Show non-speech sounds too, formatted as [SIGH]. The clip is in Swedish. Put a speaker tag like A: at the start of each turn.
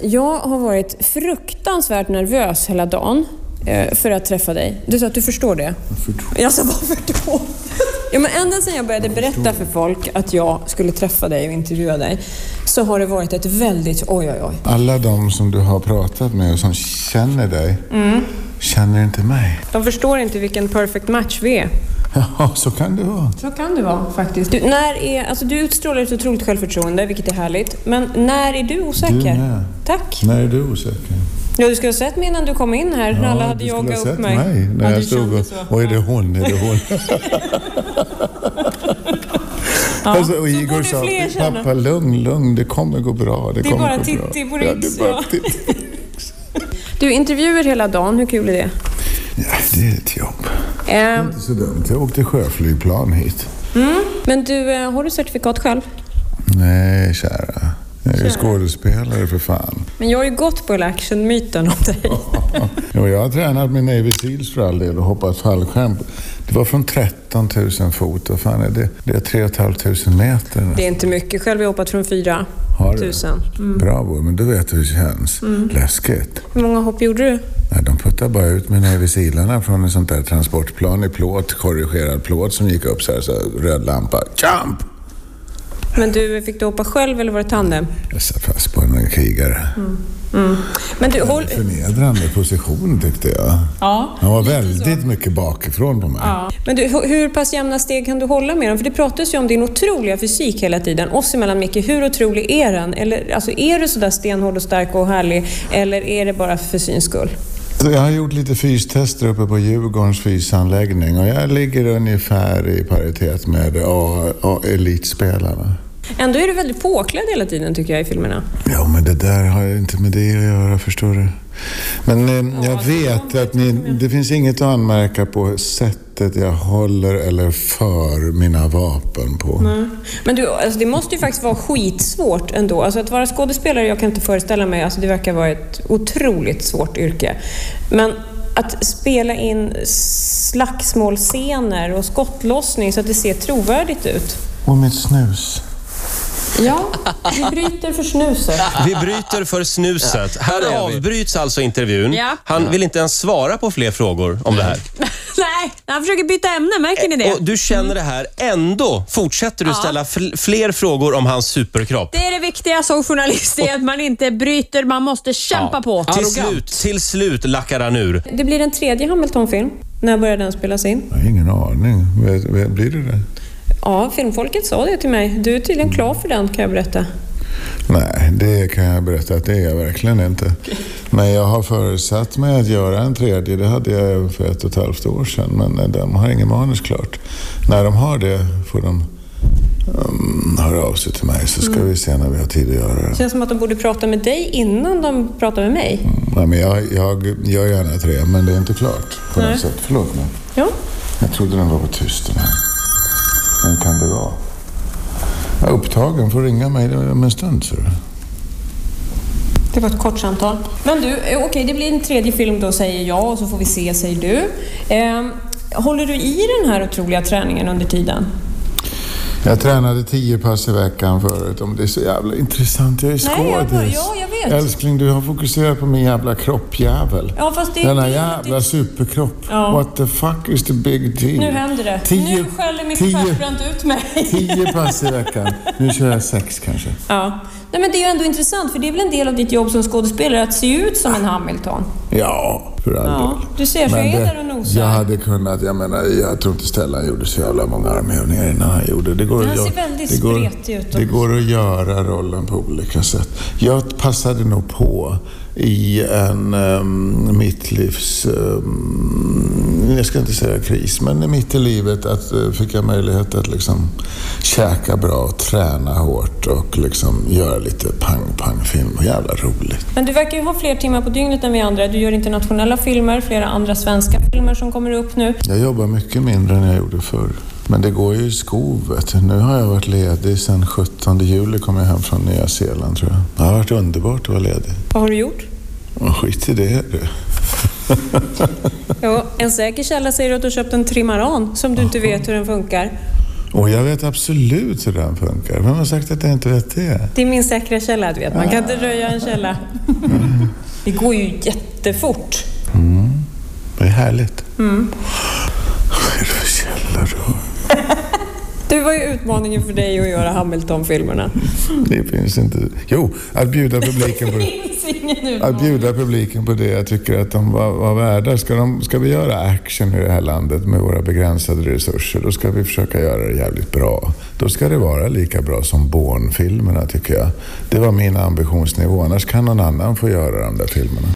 A: jag har varit fruktansvärt nervös hela dagen eh, för att träffa dig. Du sa att du förstår det. Jag sa varför då? [LAUGHS] Ja, men ända sedan jag började berätta för folk att jag skulle träffa dig och intervjua dig så har det varit ett väldigt oj, oj, oj.
B: Alla de som du har pratat med och som känner dig,
A: Mm.
B: känner inte mig. [LAUGHS]
A: De förstår inte vilken perfect match vi är.
B: Ja, så kan det vara.
A: Så kan det vara faktiskt. Du, när är, alltså, du utstrålar ett otroligt självförtroende, vilket är härligt. Men när är du osäker?
B: Du med.
A: Tack.
B: När är du osäker?
A: Ja, du skulle ha sett mig innan du kom in här. när alla hade
B: du skulle ha
A: jagat
B: sett
A: upp mig.
B: när
A: Ja,
B: jag
A: du
B: stod
A: kände
B: och...
A: så.
B: Och är det hon? Är det
A: [LAUGHS]
B: hon? Alltså, och
A: Så
B: Igor
A: borde
B: sa,
A: fler känna.
B: pappa lugn, lugn, det kommer gå bra. Det,
A: är
B: kommer
A: bara
B: gå
A: Titti
B: bra.
A: på
B: Ja,
A: Riks,
B: det är bara
A: ja.
B: titti.
A: Du, intervjuer hela dagen. Hur kul är det?
B: Ja, det är ett jobb.
A: Eh,
B: Inte så dumt. Jag åkte sjöflygplan hit.
A: men du, eh, har du certifikat själv?
B: Nej, kära. Jag är ju skådespelare för fan.
A: Men jag har ju gått på hela actionmyten om dig.
B: Jo, jag har tränat med Navy Seals för all del och hoppat fallskärm. Det var från 13 000 fot. Vad fan är det? Det är 3 500 meter.
A: Det är Mm. inte mycket. Själv har jag hoppat från 4
B: Har du?
A: 000.
B: Bravo, men du vet hur det känns.
A: Mm.
B: Läskigt.
A: Hur många hopp gjorde du?
B: Nej, de puttade bara ut med nävisilarna från en sånt där transportplan i plåt, korrigerad plåt som gick upp så här, så här röd lampa. Jump!
A: Men du, fick du hoppa själv eller var det tandem?
B: Jag satt fast på en krigare.
A: Mm. Men du, håll...
B: Förnedrande position tyckte jag.
A: Ja.
B: Han var väldigt mycket bakifrån på mig.
A: Men du, hu- hur pass jämna steg kan du hålla med dem? För det pratas ju om din otroliga fysik hela tiden. Oss emellan Micke, hur otrolig är den? Eller, alltså, är du sådär stenhård och stark och härlig? Eller är det bara för syns skull?
B: Så Jag har gjort lite fystester uppe på Djurgårdens fysanläggning och jag ligger ungefär i paritet med A- A- elitspelarna.
A: Ändå är du väldigt påklädd hela tiden tycker jag i filmerna.
B: Ja, men det där har ju inte med det att göra, förstår du. Men eh, jag vet att ni, det finns inget att anmärka på sättet jag håller eller för mina vapen på.
A: Men du, alltså, det måste ju faktiskt vara skitsvårt ändå. Alltså, att vara skådespelare, jag kan inte föreställa mig. Alltså, det verkar vara ett otroligt svårt yrke. Men att spela in slagsmålscener och skottlossning så att det ser trovärdigt ut.
B: Och mitt snus.
A: [LAUGHS] Ja, vi bryter för snuset.
C: Vi bryter för snuset. Här avbryts alltså intervjun.
D: Ja.
C: Han vill inte ens svara på fler frågor om det här.
D: Nej, han försöker byta ämne, märker ni det?
C: Eh, Och du känner det här. Ändå fortsätter du ställa fl- fler frågor om hans superkropp.
D: Det är det viktiga som journalist, det är att man inte bryter, man måste kämpa på.
C: Till
E: Arrogant.
C: slut, till slut lackar han ur.
A: Det blir en tredje Hamilton-film. När börjar den spelas in?
B: Jag har ingen aning. Vet- vet- Blir det det?
A: Ja, filmfolket sa det till mig. Du är tydligen klar för den kan jag berätta.
B: Nej, det kan jag berätta att det är jag verkligen inte. Men jag har föresatt mig att göra en tredje. Det hade jag för ett och ett halvt år sedan. Men eh, de har ingen manus klart. När de har det får de um, höra av sig till mig så ska vi se när vi har tid att göra det.
A: Det känns som att de borde prata med dig innan de pratar med mig.
B: Nej, men jag, jag gör gärna tre, men det är inte klart på något sätt. Förlåt mig.
A: Ja.
B: Jag trodde den var på tyst den här. Men kan det vara? Jag är upptagen. får ringa mig om en stund, ser du.
A: Det var ett kort samtal. Men du, eh, okej, det blir en tredje film då säger jag och så får vi se, säger du. Ehm, håller du i den här otroliga träningen under tiden?
B: Jag tränade tio pass i veckan förut. Om det är så jävla intressant. Jag är
A: jag
B: skådis.
A: bara- ja, jag vet.
B: Älskling, du har fokuserat på min jävla kroppjävel.
A: Ja, fast det är
B: Denna
A: inte-
B: jävla superkropp.
A: Ja.
B: What the fuck is the big deal?
A: Nu händer det.
B: Mm. Tio,
A: nu skäller Micke
B: tio,
A: Persbrandt ut mig.
B: tio pass i veckan. Nu kör jag sex kanske.
A: [LAUGHS] Ja. Nej, men det är ju ändå intressant, för det är väl en del av ditt jobb som skådespelare att se ut som en Hamilton?
B: Ja, för all
A: Ja,
B: del.
A: du ser, så jag är där och nosar.
B: jag hade kunnat, jag menar, jag tror inte Stellan gjorde så jävla många armhävningar innan han gjorde. Det går
A: Han
B: att
A: ser
B: göra-
A: väldigt
B: det går,
A: spretig ut
B: Det
A: också.
B: går att göra rollen på olika sätt. Jag passade nog på i en um, mittlivs... ehm, jag ska inte säga kris, men mitt i livet att, eh, fick jag möjlighet att liksom käka bra och träna hårt och liksom göra lite pang-pang-film. Jävla roligt.
A: Men du verkar ju ha fler timmar på dygnet än vi andra. Du gör internationella filmer, flera andra svenska filmer som kommer upp nu.
B: Jag jobbar mycket mindre än jag gjorde förr. Men det går ju i skovet. Nu har jag varit ledig sedan 17 juli kom jag hem från Nya Zeeland tror jag. Det har varit underbart att vara ledig.
A: Vad har du
B: [LAUGHS]
A: gjort?
B: Och skit i det du.
A: Jo, en säker källa säger att du har köpt en trimaran som du inte vet hur den funkar.
B: Och jag vet absolut hur den funkar. Vem har sagt att jag inte vet det?
A: Det är min säkra källa, du vet. Man kan inte röja en källa. Det går ju jättefort.
B: Det är härligt. Vad är det för källa du har?
A: Det var ju utmaningen för dig att göra Hamilton-filmerna. [LAUGHS]
B: Det finns inte. Jo, att bjuda publiken på det.
A: finns ingen utmaning.
B: Att bjuda publiken på det jag tycker att de var, var värda. Ska, de, ska vi göra action i det här landet med våra begränsade resurser, då ska vi försöka göra det jävligt bra. Då ska det vara lika bra som Bourne-filmerna, tycker jag. Det var min ambitionsnivå. Annars kan någon annan få göra de där filmerna.